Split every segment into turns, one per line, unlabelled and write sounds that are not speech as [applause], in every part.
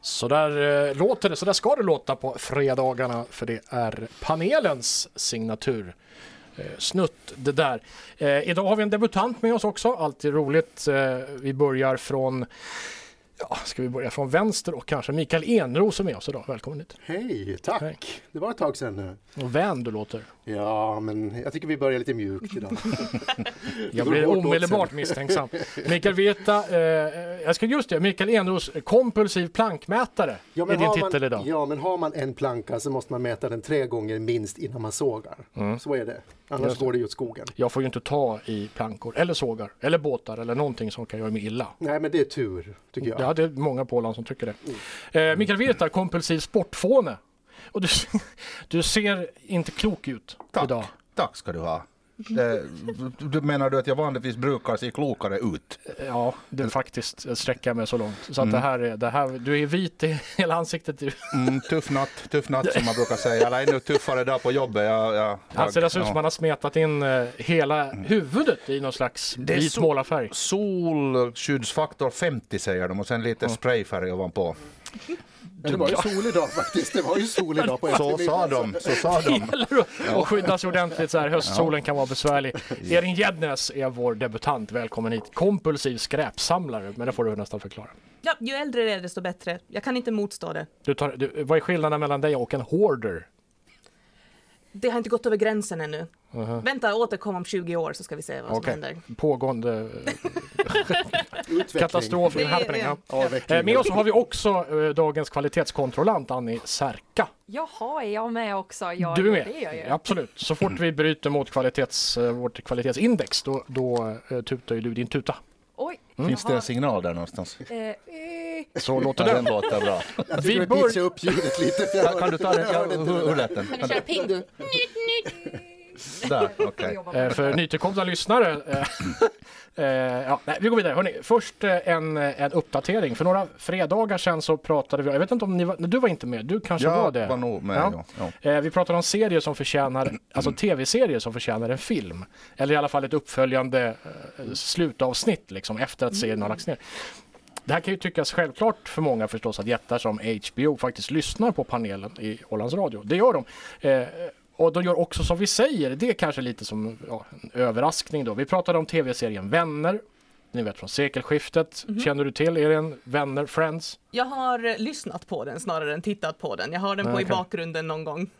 Så där eh, låter det, så där ska det låta på fredagarna för det är panelens signatur. Eh, snutt det där. Eh, idag har vi en debutant med oss också, alltid roligt. Eh, vi börjar från Ja, ska vi börja från vänster och kanske Mikael Enros som är med oss idag. Välkommen hit.
Hej, tack!
Hej.
Det var ett tag sedan nu.
Och vän du låter.
Ja, men jag tycker vi börjar lite mjukt
[laughs]
idag.
Jag
går
blir
hårt åt
omedelbart
sen.
misstänksam. Mikael Veta, eh, jag ska just det, Mikael Enros kompulsiv plankmätare
Ja,
är din
har
titel
man,
idag.
Ja, men har man en planka så måste man mäta den tre gånger minst innan man sågar.
Mm.
Så är det. Annars
Just det.
går det ju åt skogen.
Jag får ju inte ta i plankor eller sågar eller båtar eller någonting som kan göra mig illa.
Nej, men det är tur, tycker jag.
Jag hade många på Åland som tycker det.
Mm.
Eh, Mikael Virta, kompulsiv sportfåne. Och du, [laughs] du ser inte klok ut
Tack.
idag.
Tack ska du ha. Det, du, menar du att jag vanligtvis brukar se klokare ut?
Ja, det är faktiskt sträcka mig så långt. Så att det här är, det här, du är vit i [laughs] hela ansiktet.
Mm, tuff natt, tuff natt som man brukar säga. Eller ännu tuffare dag på jobbet. Jag, jag,
Han ser
jag-
dessutom ut som att
ja. Mm.
han har smetat in eh, hela huvudet i någon slags
Det är
vit
så-
målarfärg.
Solskyddsfaktor 50 säger de och sen lite sprayfärg ovanpå.
Men det var ju sol idag [laughs] faktiskt. Det var ju sol idag på
Så sa
eftermiddagen.
de, så sa de.
[laughs] Eller hur? Och skydda sig ordentligt så här. Höstsolen kan vara besvärlig. Erin Gäddnes är vår debutant. Välkommen hit. Kompulsiv skräpsamlare, men det får du nästan förklara.
Ja, ju äldre det är desto bättre. Jag kan inte motstå det.
Du tar, du, vad är skillnaden mellan dig och en hoarder?
Det har inte gått över gränsen ännu. Vänta, återkom om 20 år så ska vi se vad som
Okej.
händer.
Pågående
[laughs]
eh,
Utveckling.
katastrof,
Det är-
happening. Ja.
Avveckling.
Eh, Med oss har vi också eh, dagens kvalitetskontrollant Annie Särka.
Jaha, är jag med också? Ja,
Du är
Det är jag ju.
med? Absolut. Så fort vi bryter mot kvalitets, eh, vårt kvalitetsindex då, då eh, tutar ju du din tuta.
Oj,
Finns det en signal där någonstans?
jaha, eh, eh,
Så låter
Ja, den
den.
låter bra.
Jag
Vi
tycker vi
bör-
pitchar upp ljudet lite. För jag
Kan du ta den?
jag
Ja,
hörde inte
hur,
det
hur
där.
lät den?
Kan du köra ping du?
Där, okej.
jag jobbar
Eh,
med.
För nytillkomna lyssnare. eh, eh, ja, nej, vi går vidare. Hörrni, först eh, en, eh, en uppdatering. För några fredagar sedan så pratade vi, jag vet inte om ni var, du var inte med, du kanske var
Jag
det?
var nog med.
Ja.
Ja. Ja.
Eh, vi pratar om serier som förtjänar, alltså tv-serier som förtjänar en film. Eller i alla fall ett uppföljande eh, slutavsnitt liksom, efter att serien har lagts ner. Det här kan ju tyckas självklart för många förstås att jättar som HBO faktiskt lyssnar på panelen i Ålands Radio. Det gör de. Eh, och de gör också som vi säger, det är kanske lite som ja, en överraskning då. Vi pratade om tv-serien Vänner, ni vet från sekelskiftet. Känner du till, är det en Vänner, Friends?
Jag har eh, lyssnat på den snarare än tittat på den. Jag har den på
Ja,
i
okej.
bakgrunden någon gång.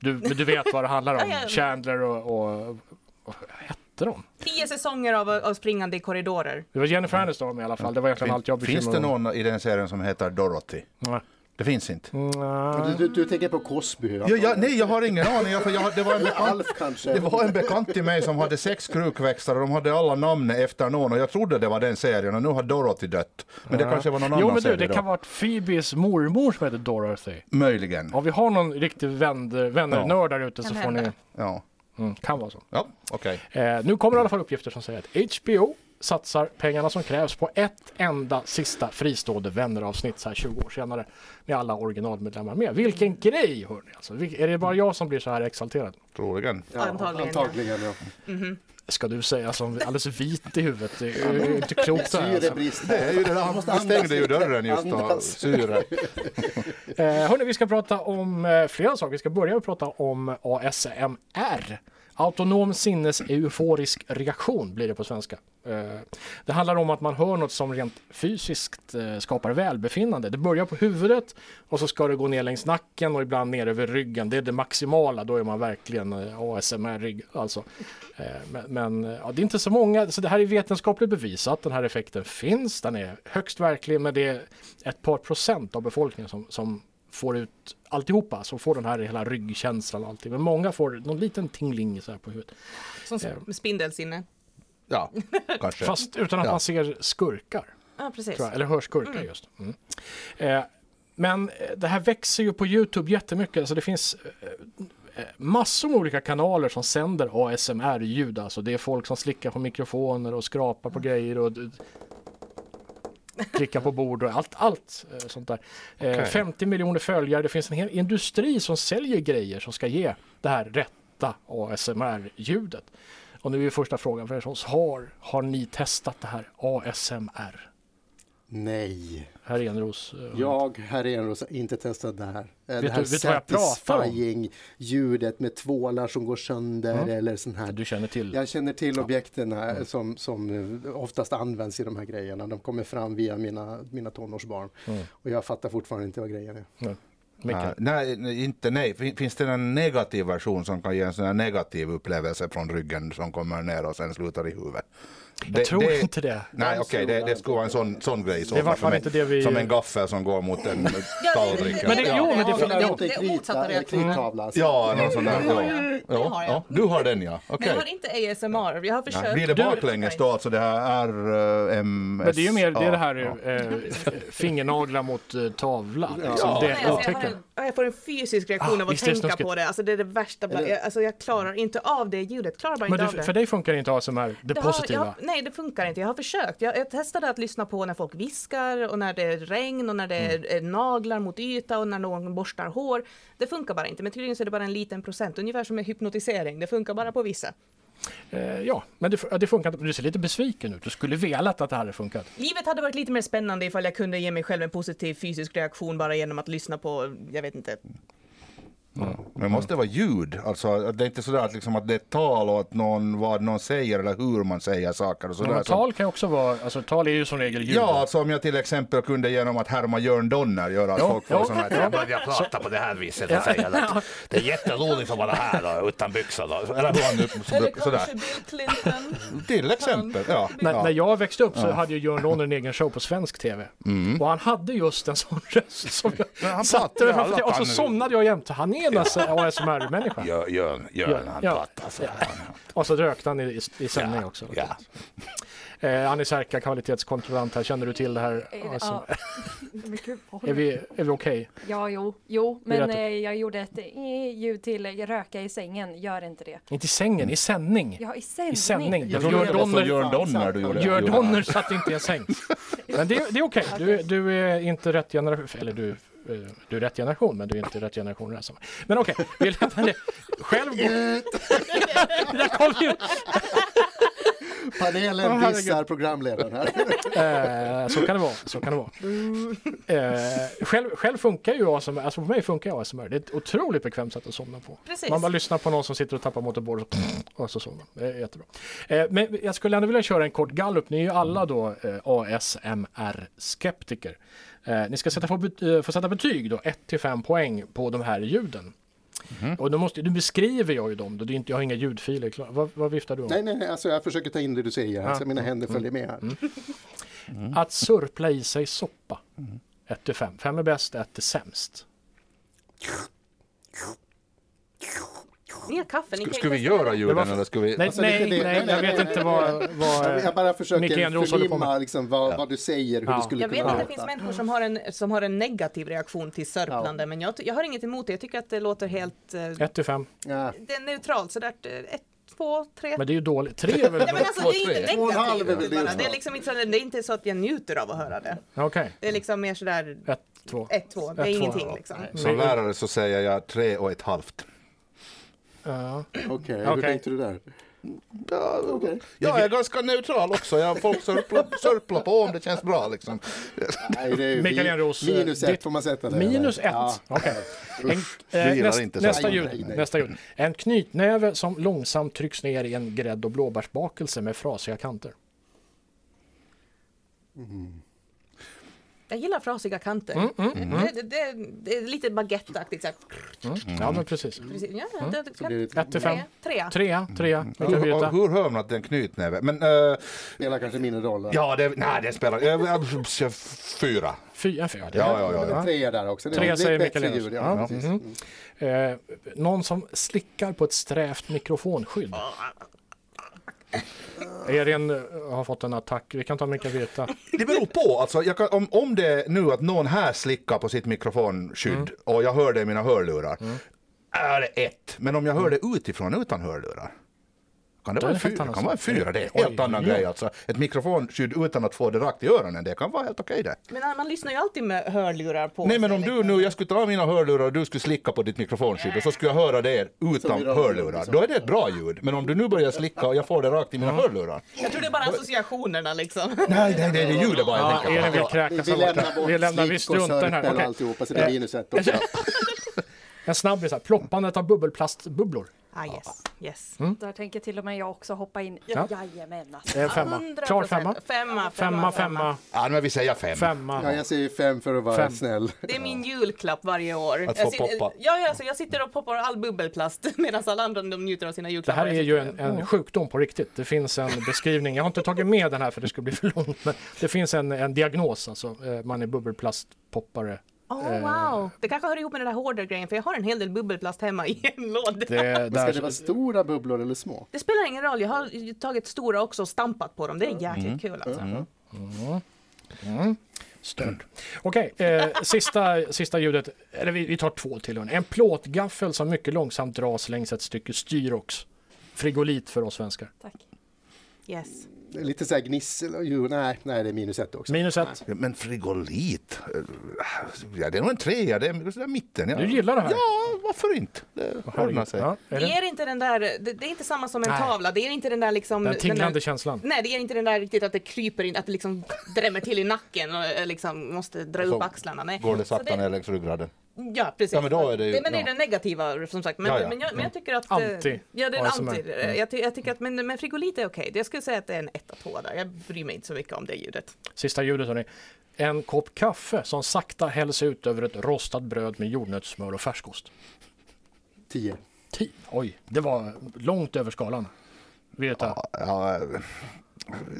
Du, men du vet vad det handlar om,
[laughs] Ja, ja.
Chandler och, och, och vad hette de?
Tio säsonger av, av springande i korridorer.
Det var Jennifer Aniston i alla fall, det var egentligen allt jag bekymrade
Finns det någon i den serien som heter Dorothy?
Nej.
Det finns inte.
Nej.
Du, du, du tänker på Cosby?
Ja, jag, nej, jag har ingen aning. Jag, för jag, det, var en bekant,
Alf kanske?
det var en bekant till mig som hade sex krukväxter och de hade alla namn efter någon och jag trodde det var den serien och nu har Dorothy dött. Men det kanske var någon
Jo
annan
men du,
serie
det
då.
kan vara Phoebes mormor som heter Dorothy.
Möjligen.
Om vi har någon riktig vänner, vännernörd där ute så
Kan
får ni...
hända.
Ja,
Mm, kan vara så.
ja okej.
Eh, nu kommer i alla fall uppgifter som säger att HBO satsar pengarna som krävs på ett enda sista fristående vänneravsnitt så här 20 år senare med alla originalmedlemmar med. Vilken grej hörni! Alltså, vil- är det bara jag som blir så här exalterad?
Troligen.
Ja,
Antagligen, ja.
antagligen ja.
Ska du säga som alldeles vit i huvudet? Det är ju inte klokt det här. Alltså.
Syrebrist.
Det är ju det där, han
Måste
stängde ju
andas lite.
dörren just av
Andas.
syre.
Eh, hörni, vi ska prata om eh, flera saker. Vi ska börja med att prata om ASMR. Autonom sinneseuforisk reaktion blir det på svenska. Eh, det handlar om att man hör något som rent fysiskt eh, skapar välbefinnande. Det börjar på huvudet och så ska det gå ner längs nacken och ibland ner över ryggen. Det är det maximala, då är man verkligen eh, ASMR-rig. Alltså. Eh, men men eh, ja, det är inte så många, så det här är vetenskapligt bevisat. Den här effekten finns, den är högst verklig, men det är ett par procent av befolkningen som, som får ut alltihopa, som får den här hela ryggkänslan och allting. Men många får någon liten tingling så här på huvudet.
Som sp- spindelsinne.
Ja, kanske.
Fast utan att
Ja.
man ser skurkar,
Ja, precis.
tror jag, eller hör skurkar just. Mm. Eh, men eh, det här växer ju på Youtube jättemycket, så det finns eh, eh, massor med olika kanaler som sänder ASMR-ljud. Alltså det är folk som slickar på mikrofoner och skrapar på grejer och d- klickar på bord och allt, allt eh, sånt där. Eh,
Okej.
50 miljoner följare, det finns en hel industri som säljer grejer som ska ge det här rätta ASMR-ljudet. Och nu är första frågan för er som har, har ni testat det här ASMR?
Nej,
Herr Enros. eh,
jag, herr Enros, har inte testat det här. Eh, det
du-
här
vet du vad jag pratar om?
satisfying-ljudet med tvålar som går sönder eller sån här.
eh, Du känner till.
Jag känner till objekten här som, som eh, oftast används i de här grejerna. De kommer fram via mina, mina tonårsbarn.
Mm.
Och jag fattar fortfarande inte vad grejen är.
eh, Micke.
Nej, nej, nej, inte nej. Fin- Finns det en negativ version som kan ge en sån här negativ upplevelse från ryggen som kommer ner och sen slutar i huvudet?
Jag tror inte det.
Nej, okej, det, det skulle vara en sån, sån grej. i Så
Det var
fall för
fan
mig.
inte det vi-
Som en gaffel som går mot [laughs] en tallrik.
Men det- jo, men det-
Jag har inte
det är
krita-
motsatta
eller
reaktioner.
krittavla, alltså.
Ja, någon sån där.
Det har
ja.
jag. Det
Ja,
har jag.
ja. Du har den ja,
Men
okej.
jag har inte ASMR. Jag har försökt.
Blir det
Du-
baklänges då, alltså det här eh, RMS?
Men det är ju mer det, är det här eh, fingernaglar mot eh, tavla. Liksom.
Ja.
Det
Nej, alltså, jag, har
otäcka.
en, jag får en fysisk reaktion
Ah,
av att
visst är det
tänka
snuskigt.
på det. Alltså, det är det värsta. Bland, jag, alltså, jag klarar inte av det ljudet. Klarar bara
Men
inte
du,
av det.
för dig funkar inte ASMR, det
Det har-
positiva.
jag, nej, det funkar inte. Jag har försökt. Jag, jag testade att lyssna på när folk viskar och när det är regn och när det är eh, naglar mot yta och när någon borstar hår. Det funkar bara inte. Men tydligen så är det bara en liten procent, ungefär som med hypnotisering. Det funkar bara på vissa.
Eh, ja, men det, ja, det funkar inte. Du ser lite besviken ut. Du skulle velat att det hade funkat.
Livet hade varit lite mer spännande ifall jag kunde ge mig själv en positiv fysisk reaktion bara genom att lyssna på, jag vet inte.
Men måste det vara ljud? Alltså, att det är inte sådär att, liksom, att det är tal och att någon, vad någon säger eller hur man säger saker och sådär.
Men
som-
tal kan ju också vara, alltså tal är ju som regel ljud.
Ja, alltså om jag till exempel kunde genom att härma Jörn Donner göra att
Ja,
folk
ja.
får sådana här...
Jag börjar prata på det här viset och säga att det är jätteroligt att vara här då, utan byxor. Då.
Eller hur han nu- så- sådär.
Bill Clinton. [laughs]
Till exempel, ja.
När,
ja. Mm.
när jag växte upp så hade ju Jörn Donner en egen show på svensk tv. Och han hade just en sån röst som jag
han
satte
pratar
mig
ju
framför
alla
tv- Och så
kan-
somnade jag jämt. Han är en alltså ASMR-människa.
Gör, gör, gör när han
Ja.
pratar så här.
Och så rökte han i, i, i sändning också.
Ja.
Eh, Annie Särka, kvalitetskontrollant här. Känner du till det här?
Ja. [laughs]
Alltså,
Men gud, vad-
är vi, är vi okej?
Ja, jo, jo,
är
men
rätt.
eh, jag gjorde ett eh, ljud till eh, röka i sängen. Gör inte det.
Inte i sängen, i sändning.
Ja, i sändning.
I sändning.
Jag trodde
Jörn
det var för
Donner-
Jörn Donner du gjorde.
Gör
gjorde
Donner satt inte i en säng. Men det, det är okej, du, du är inte rätt generation, eller du, eh, du är rätt generation, men du är inte rätt generation i det här sammanhanget. Men okej, vi lämnar det. Själv...
[laughs]
[laughs] Det där kom ju!
Panelen
Åh, herregud.
dissar programledaren
[laughs]
här.
Eh, så kan det vara, så kan det vara. Eh, själv, själv funkar ju ASMR, alltså för mig funkar ju ASMR. Det är ett otroligt bekvämt sätt att somna på.
Precis.
Man bara lyssnar på någon som sitter och tappar motorbordet och, och så somnar man. Det är jättebra. Eh, men jag skulle ändå vilja köra en kort gallup. Ni är ju alla då eh, ASMR-skeptiker. Eh, ni ska sätta, få, bet- eh, få sätta betyg då, 1-5 poäng på de här ljuden. Och då måste, nu beskriver jag ju dem, då. Det är inte, jag har inga ljudfiler klara. Vad, vad viftar du om?
Nej, nej, nej, alltså jag försöker ta in det du säger här, så mina händer följer med
Mm.
här. Mm.
Att sörpla i sig soppa. 1 till 5. 5 är bäst, 1 är sämst.
Ni har kaffe, ni kan ju
Skulle vi
testa
göra
det.
Det var
ljuden
för-
eller skulle vi...
Nej,
Alltså, det-
nej,
det-
nej,
nej,
jag
nej,
vet
nej,
inte
nej,
vad,
nej.
vad
Jag bara försöker
Micke Enros håller på
förnimma
med.
liksom vad, vad du säger, hur
Ja.
du skulle
Jag vet
kunna
att det finns människor som har en, som har en negativ reaktion till sörplande, men jag, ty- jag har inget emot det. Jag tycker att det låter helt... eh,
1 till 5.
Ja.
Det är neutralt, sådär eh, ett, två, tre.
Men det är ju dåligt. 3 är väl
Nej, men alltså, det är inte
Två och en halv är väl
negativt.
det
bara.
som-
Det är liksom inte, så, det är inte så att jag njuter av att höra det.
bra? Okej.
Det är liksom mer sådär
1, 2.
ett, två. Det är
Ett, två,
ingenting
ja.
liksom.
Som lärare så säger jag tre och ett halvt.
Okej, hur
Okej.
tänkte du där? Ja, okej.
Jag är ganska neutral också. Jag folk sörplar, sörplar på om det känns bra liksom.
Nej, det är ju
Mikael
min-
Enros, eh,
Minus ett
ditt-
får man sätta det.
Minus 1.
Ja.
Okej. En-
Du
eh,
gillar
näst-
inte
Nästa
sörpla.
ljud.
Nej, nej.
Nästa ljud. En knytnäve som långsamt trycks ner i en grädde och blåbärsbakelse med frasiga kanter.
Jag gillar frasiga kanter. Mm. Det, det, det, det är lite baguetteaktigt. så här.
Mm.
Ja, men precis.
Precis. Ja, det, det,
blir det lite-
kan,
1 till 5.
tre, trea.
3, 3.
Mm.
Vill du
Hur,
veta?
hur hör man att det är en knytnäve? Men eh,
Spelar kanske mindre roll. va?
ja, det, nej, det spelar... jag- jag- jag- Fyra.
4, 4.
Ja, ja, ja.
Det
ja.
är Tre där också. Det är
Tre
ett
säger
bättre
Mikael Enros.
ljud, Ja,
Ja. Mm-hmm.
precis. Mm.
Eh, någon som slickar på ett strävt mikrofonskydd. Erin eh, har fått en attack. Vi kan ta Mikael Virta.
Det beror på. Alltså, jag kan, om, om det är nu att någon här slickar på sitt mikrofonskydd och jag hör det i mina hörlurar, är det ett. Men om jag hör det utifrån utan hörlurar, Kan det vara en
Det är helt
fyra?
annan
Kan vara en
sak.
fyra? Det är en helt
Oj,
annan
ja.
grej alltså. Ett mikrofonskydd utan att få det rakt i öronen, det kan vara helt okej det.
Men man lyssnar ju alltid med hörlurar på.
Nej men
sig,
om du
liksom.
nu, jag skulle ta av mina hörlurar och du skulle slicka på ditt mikrofonskydd och så skulle jag höra det utan
blir det
hörlurar, då är det ett bra ljud. Men om du nu börjar slicka och jag får det rakt i mina hörlurar.
Jag tror det är bara associationerna liksom.
Nej, nej, nej, det är ljudet bara jag
Ja,
tänker på.
Elin vill kräkas.
Vi
här borta.
lämnar
Vi lämnar, vi
bort slick och
struntar i den
sörpel
här.
och
Okej. Eh.
alltihop, så det är minus ett också.
[laughs] En snabbis här. Ploppandet av bubbelplastbubblor.
Ah, yes. yes.
Där tänker till och med jag också hoppa in.
Ja.
Ja. Jajamän alltså.
Det är en femma.
100%.
Klar femma.
Femma,
Femma, femma,
Ja, men vi säger fem.
Ja,
femma.
jag säger fem för att vara
Fem.
snäll.
Det är min julklapp varje år.
Att
jag,
få
sitter,
poppa.
Ja, ja, alltså, jag sitter och poppar all bubbelplast [laughs] medan alla andra de njuter av sina
Det
julklappar.
här är ju en, eh, en sjukdom på riktigt. Det finns en beskrivning. Jag har inte tagit med den här för det skulle bli för långt. Men det finns en, en diagnos alltså. Eh, Man är bubbelplastpoppare.
Oh, wow. Det kanske hör ihop med den där hårdare grejen för jag har en hel del bubbelplast hemma i en [laughs] låda.
Det, är
Ska det
där,
vara stora bubblor eller små?
Det spelar ingen roll, jag har ju tagit stora också och stampat på dem.
Mm.
Det är jäkligt kul alltså.
Störd. Okej, eh, sista, sista ljudet. Eller vi, vi tar två till. hörni. En plåtgaffel som mycket långsamt dras längs ett stycke styrox. Frigolit för oss svenskar.
Tack.
Yes.
Det är Lite så här gnissel och jo, nej, nej, det är minus ett också.
Minus ett.
Ja, Men frigolit, eh, ja, det är nog en trea, det är sådär mitten. Ja.
Du gillar det här?
Ja, varför inte? Det ordnar sig.
Ja, är
Det
det
är inte den där, det, det är inte samma som en
Nej.
tavla. Det är inte den där liksom...
den tinglande
där,
känslan?
Nej, det är inte den där riktigt att det kryper in, att det liksom drämmer till i nacken och eh, liksom måste dra
Så
Alltså,
upp axlarna. Nej.
Går det
Så
sakta ner längs ryggraden?
Ja, precis.
Ja, men då är det ju-
men det är
ja.
det negativa som sagt. Men,
Ja, ja.
men, jag, men jag tycker att...
Mm.
eh,
Anti. Mm.
Ja, det är en
ASMR.
anti. Jag, ty, jag tycker att, men, men frigolit är okej. Jag skulle säga att det är en etta, tvåa där. Jag bryr mig inte så mycket om det ljudet.
Sista ljudet hörni. En kopp kaffe som sakta hälls ut över ett rostat bröd med jordnötssmör och färskost.
Tio.
Ti- Oj, det var långt över skalan. Veta.
Ja, eh,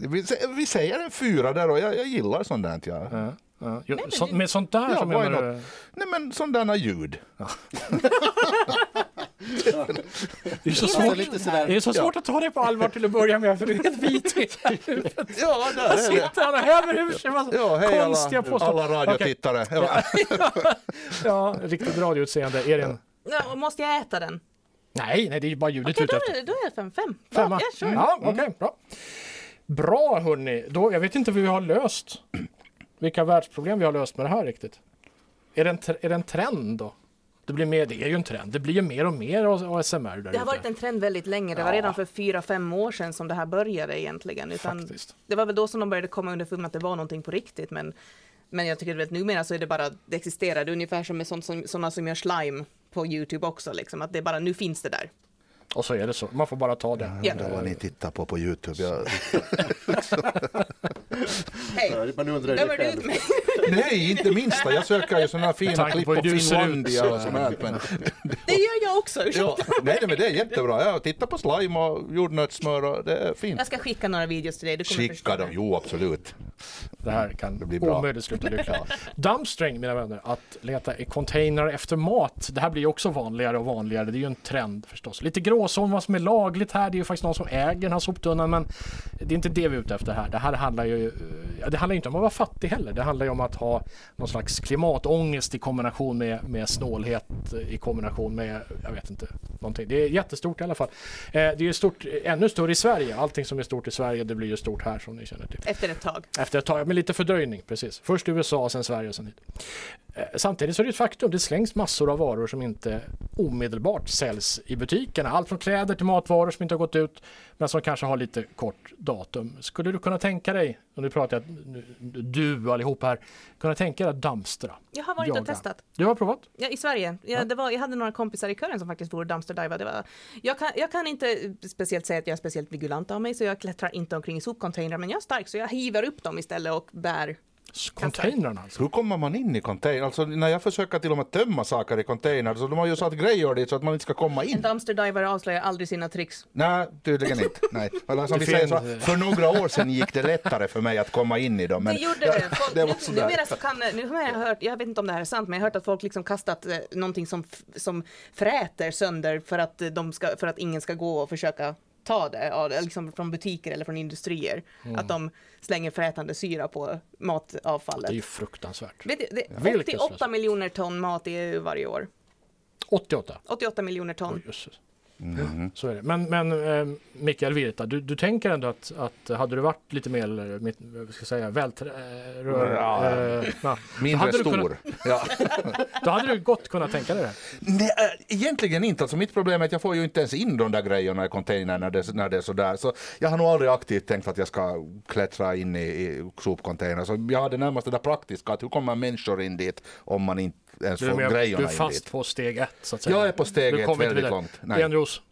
vi, sä- vi säger en fyra där och jag, jag gillar sånt där. inte Jag.
Ja, ja. Jo, så, med sånt där
Ja,
som
why
jag menar,
not? Nej men sådana ljud.
det är så
Så
svårt.
lite så
Det är
där,
så svårt att ta det på allvar till att börja med för det är
[laughs]
helt vitigt.
Ja, där är det.
Sitter han och häver ur sig massa
Ja, hej
konstiga
alla, alla
påståenden. Okej.
radiotittare. Ja.
Ja, riktigt radioutseende. Är det en...
Ja, och måste jag äta den?
Nej, nej, det är ju bara ljudet
Okej,
ute efter.
då, är det- då är det fem. Fem.
Femma. Mm.
Ja, sure.
Ja, okej, bra. Bra hörni, då, jag vet inte hur vi har löst vilka världsproblem vi har löst med det här riktigt. Är det en, tr- är det en trend då? Det, blir mer, det är ju en trend, det blir ju mer och mer A- ASMR där
Det har
ute.
varit en trend väldigt länge. Det var redan för fyra, fem år sedan som det här började egentligen. Utan
Faktiskt.
det var väl då som de började komma underfund med att det var någonting på riktigt. Men, men jag tycker att numera så är det bara, det existerar. Det är ungefär som med sånt som, sådana som gör slime på Youtube också. Liksom. Att det är bara, nu finns det där.
Och så är det så, man får bara ta det.
Ja.
Undrar vad ni tittar på på Youtube. Jag...
Hej,
man undrar ju
dömer du ut
själv.
mig?
Nej, inte minsta. Jag söker ju sådana fina
Tanke
klipp
på hur
på
du ser ut,
Finlandia och sånt här. Men...
[laughs]
Det gör jag också,
Ja,
ursäkta.
nej, nej, men det är jättebra. Jag tittar på slime och jordnötssmör och det är fint.
Jag ska skicka några videos till dig. Du kommer
Skicka
förstå.
dem, jo absolut.
Det här kan
Mm. blir bra.
omöjligt sluta
[laughs]
lyckligt. Dumpstring mina vänner, att leta i containrar efter mat. Det här blir ju också vanligare och vanligare. Det är ju en trend förstås. Lite gråzon vad som är lagligt här. Det är ju faktiskt någon som äger den här soptunnan men det är inte det vi är ute efter här. Det här handlar ju eh, ja, det handlar ju inte om att vara fattig heller. Det handlar ju om att ha någon slags klimatångest i kombination med, med snålhet eh, i kombination med, jag vet inte, någonting. Det är jättestort i alla fall. Eh, det är ju stort, ännu större i Sverige. Allting som är stort i Sverige det blir ju stort här som ni känner till.
Efter ett tag.
Efter ett tag, med lite fördröjning precis. Först USA, sen Sverige och sen hit. Eh, Samtidigt så är det ett faktum, det slängs massor av varor som inte omedelbart säljs i butikerna. Allt från kläder till matvaror som inte har gått ut, men som kanske har lite kort datum. Skulle du kunna tänka dig, och nu pratar jag nu- du allihop här, kunna tänka dig att dumpstra?
Jag har varit och
Jaga.
testat.
Du har provat?
Ja, I Sverige. Ja, det var, jag hade några kompisar i kören som faktiskt vore dumpsterdiva. Det var, jag, kan, jag kan inte eh, speciellt säga att jag är speciellt vigulant av mig, så jag klättrar inte omkring i sopcontainrar, men jag är stark så jag hivar upp dem istället och bär.
S- Containrarna alltså?
Hur kommer man in i container? Alltså när jag försöker till och med tömma saker i container så de har ju satt grejer dit så att man inte ska komma
En
in.
dumpsterdiver avslöjar aldrig sina tricks.
Nej, tydligen inte. Nej. Eller som
Det
vi säger så,
finns-
för några år sedan gick det lättare för mig att komma in i dem. Men
det gjorde
[laughs]
det. Folk,
det var
nu,
sådär.
numera så kan, eh, nu har jag hört, jag vet inte om det här är sant, men jag har hört att folk liksom kastat eh, någonting som, f- som fräter sönder för att, eh, de ska, för att ingen ska gå och försöka ta det, ja, det är liksom från butiker eller från industrier.
Mm.
Att de slänger frätande syra på matavfallet.
Det är ju fruktansvärt.
Vet du, det, är
Vilket
88
slöseri.
miljoner ton mat i EU varje år.
88?
88 miljoner ton.
Jösses.
Mm.
Så är det. Men, men eh, Mikael Virta, du, du tänker ändå att, att hade du varit lite mer, eller, mitt, vad ska jag säga, vältrör...
Ja.
Eh, na, då
Mindre
hade du
stor.
Kunnat,
Ja.
då hade du gott kunnat tänka dig det. här.
Nej, äh, egentligen inte. Alltså mitt problem är att jag får ju inte ens in de där grejerna i containern när det, när det är sådär. Så jag har nog aldrig aktivt tänkt att jag ska klättra in i, i sopcontainern. Så jag har det närmast det där praktiska, att hur kommer människor in dit om man inte ens
Du är,
får
mer- du
grejerna
är
in dit?
fast på steg ett, så att säga.
Jag är på steg
Du
ett
kommer inte
väldigt
vidare.
långt. Nej.
Enros,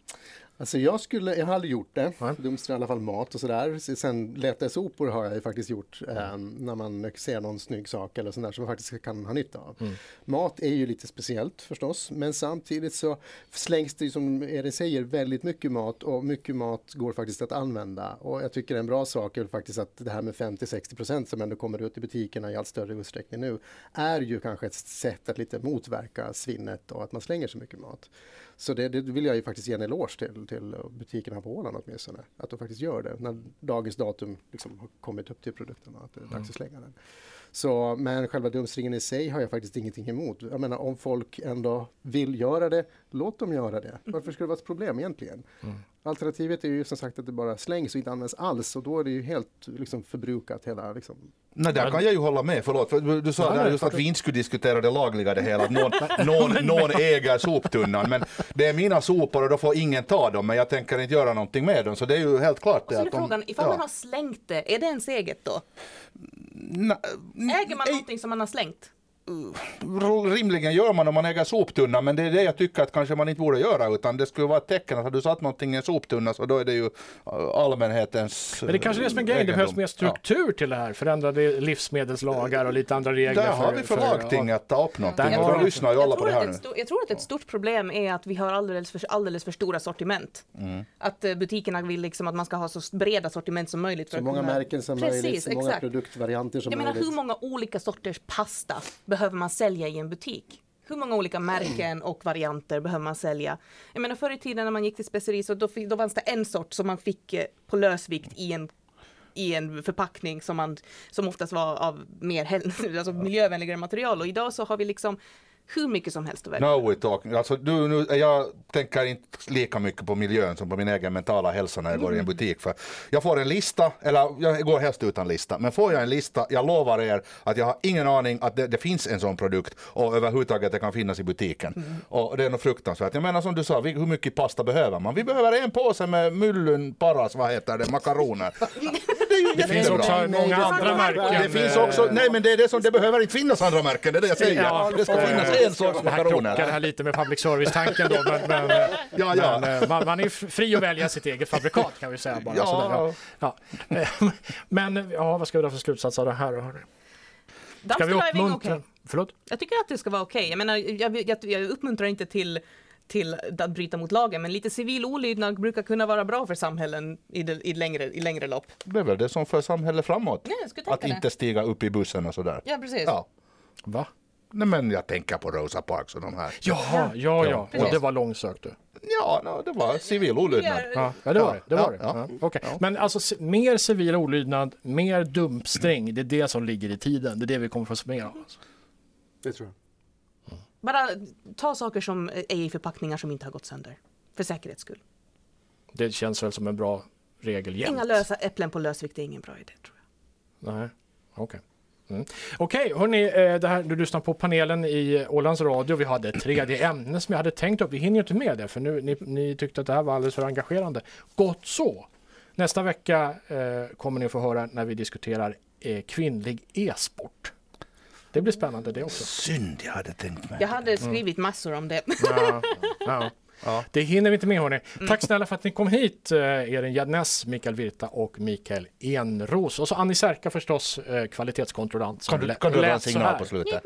Alltså jag, skulle, jag har aldrig gjort det.
Nej.
Dumpster i alla fall mat och sådär. S- Sen lätesopor har jag ju faktiskt gjort eh, när man ser någon snygg sak eller sådär som man faktiskt kan ha nytta av. Mat är ju lite speciellt förstås, men samtidigt så slängs det ju som Erik säger väldigt mycket mat och mycket mat går faktiskt att använda. Och jag tycker en bra sak är väl faktiskt att det här med 50-60 procent som ändå kommer ut i butikerna i allt större utsträckning nu är ju kanske ett sätt att lite motverka svinnet och att man slänger så mycket mat. Så det, det vill jag ju faktiskt ge en eloge till, till butikerna på Åland åtminstone. Att de faktiskt gör det när dagens datum liksom har kommit upp till produkten och att det är dags att slänga den. Så, men själva dumstringen i sig har jag faktiskt ingenting emot. Jag menar om folk ändå vill göra det, låt dem göra
Mm.
det. Varför skulle det vara ett problem egentligen? Alternativet är ju som sagt att det bara slängs och inte används alls och då är det ju helt liksom, förbrukat hela liksom,
Nej, där kan jag ju hålla med, förlåt. För du- du sa
Ja,
där
nej,
just att vi inte skulle diskutera det lagliga det hela, att någon,
[laughs]
någon, någon äger soptunnan. Men det är mina sopor och då får ingen ta dem, men jag tänker inte göra någonting med dem. Så det är ju helt klart
Och
det.
så är
att de-
frågan, ifall
ja.
man har slängt det, är det ens eget då?
Mm,
Äger man någonting som man har slängt?
rimligen gör man om man äger soptunna, men det är det jag tycker att kanske man inte borde göra, utan det skulle vara ett tecken att har du satt någonting i en soptunna så då är det ju äh, allmänhetens eh,
Men det är kanske är det som är grejen, det behövs
egendom.
mer struktur till det här. Förändrade livsmedelslagar och lite andra
Ja.
regler.
Där har vi
för-
förlagtinget att ta upp någonting,
Där
och
har
då
vi-
lyssnar ju alla
jag,
på
tror
det här
att
nu.
ett stort, jag tror att ett stort problem är att vi har alldeles för, alldeles för stora sortiment.
Mm.
Att eh, butikerna vill liksom att man ska ha så s- breda sortiment som möjligt.
Så
För att
många
kunna-
märken som
Precis,
möjligt, så många
exakt.
produktvarianter som
Jag menar
möjligt.
hur många olika sorters pasta behöver man sälja i en butik? Hur många olika märken och varianter behöver man sälja? Jag menar förr i tiden när man gick till speceri så då, fi- då fanns det en sort som man fick eh, på lösvikt i en i en förpackning som, man, som oftast var av mer häl- [laughs] alltså miljövänligare material och idag så har vi liksom hur mycket som helst att välja.
No we talking. Alltså, du, nu, jag tänker inte lika mycket på miljön som på min egen mentala hälsa när jag går i
Mm.
en butik. För jag får en lista, eller jag går helst utan lista, men får jag en lista, jag lovar er att jag har ingen aning att det, det finns en sån produkt och överhuvudtaget det kan finnas i butiken.
Mm.
Och det är nog fruktansvärt. Jag menar som du sa, vi, hur mycket pasta behöver man? Vi behöver en påse med mullun paras, vad heter det, makaroner. det är ju
[laughs] Det finns
jättebra.
också
Nej,
många
det-
andra märken.
Det finns också, nej men det är det som, det behöver inte finnas andra märken, det är det jag säger.
eh, Ja,
det ska
eh,
finnas en sorts
Det här
makaroner.
krockar det här lite med public service-tanken då, men, men,
Ja, ja.
men eh, man, man är ju fri att välja sitt eget fabrikat kan vi säga bara.
Ja.
sådär, ja. Ja. Eh, [laughs] Men ja, vad ska vi dra för slutsats av det här? då? Ska vi
Dumpster diving,
uppmuntra?
okej.
Förlåt?
Jag tycker att det ska vara okej. Jag menar, jag, jag, jag uppmuntrar inte till, till att bryta mot lagen, men lite civil olydnad brukar kunna vara bra för samhällen i, det, i, längre, i längre lopp.
Det är väl det som för samhället framåt.
Ja, jag skulle tänka
att inte
det.
stiga upp i bussen och sådär.
Ja, precis.
Ja.
Va?
Nej, men jag tänker på Rosa Parks och de här.
Jaha, ja, ja. Och
precis.
det var långsökt du.
Ja, no, det var civil olydnad.
Gör-
Ja, ja, det var det. det, var det.
Ja,
Ja, okej. Men alltså c- mer civil olydnad, mer dumpsträng, det är det som ligger i tiden. Det är det vi kommer få se mer av. alltså.
Det tror jag.
Bara ta saker som är i förpackningar som inte har gått sönder. För säkerhets skull.
Det känns väl som en bra regel jämt.
Inga lösa äpplen på lösvikt är ingen bra idé tror jag.
Nej, okej. Mm. Okej, hörni, eh, det här, du lyssnar på panelen i Ålands Radio. Vi hade ett tredje ämne som jag hade tänkt upp. Vi hinner ju inte med det, för nu, ni, ni tyckte att det här var alldeles för engagerande. Gott så! Nästa vecka eh, kommer ni få höra när vi diskuterar eh, kvinnlig e-sport. Det blir spännande det också.
Synd, jag hade tänkt mig.
Jag hade
Mm.
skrivit massor om det.
Ja, ja. Det hinner vi inte med hörni. Tack snälla för att ni kom hit, eh, Erin Jadnäs, Mikael Virta och Mikael Enros. Och så Annie Särka förstås, eh, kvalitetskontrollant. som
Kan du,
lä-
kan du dra en
lät så
signal
här.
på slutet?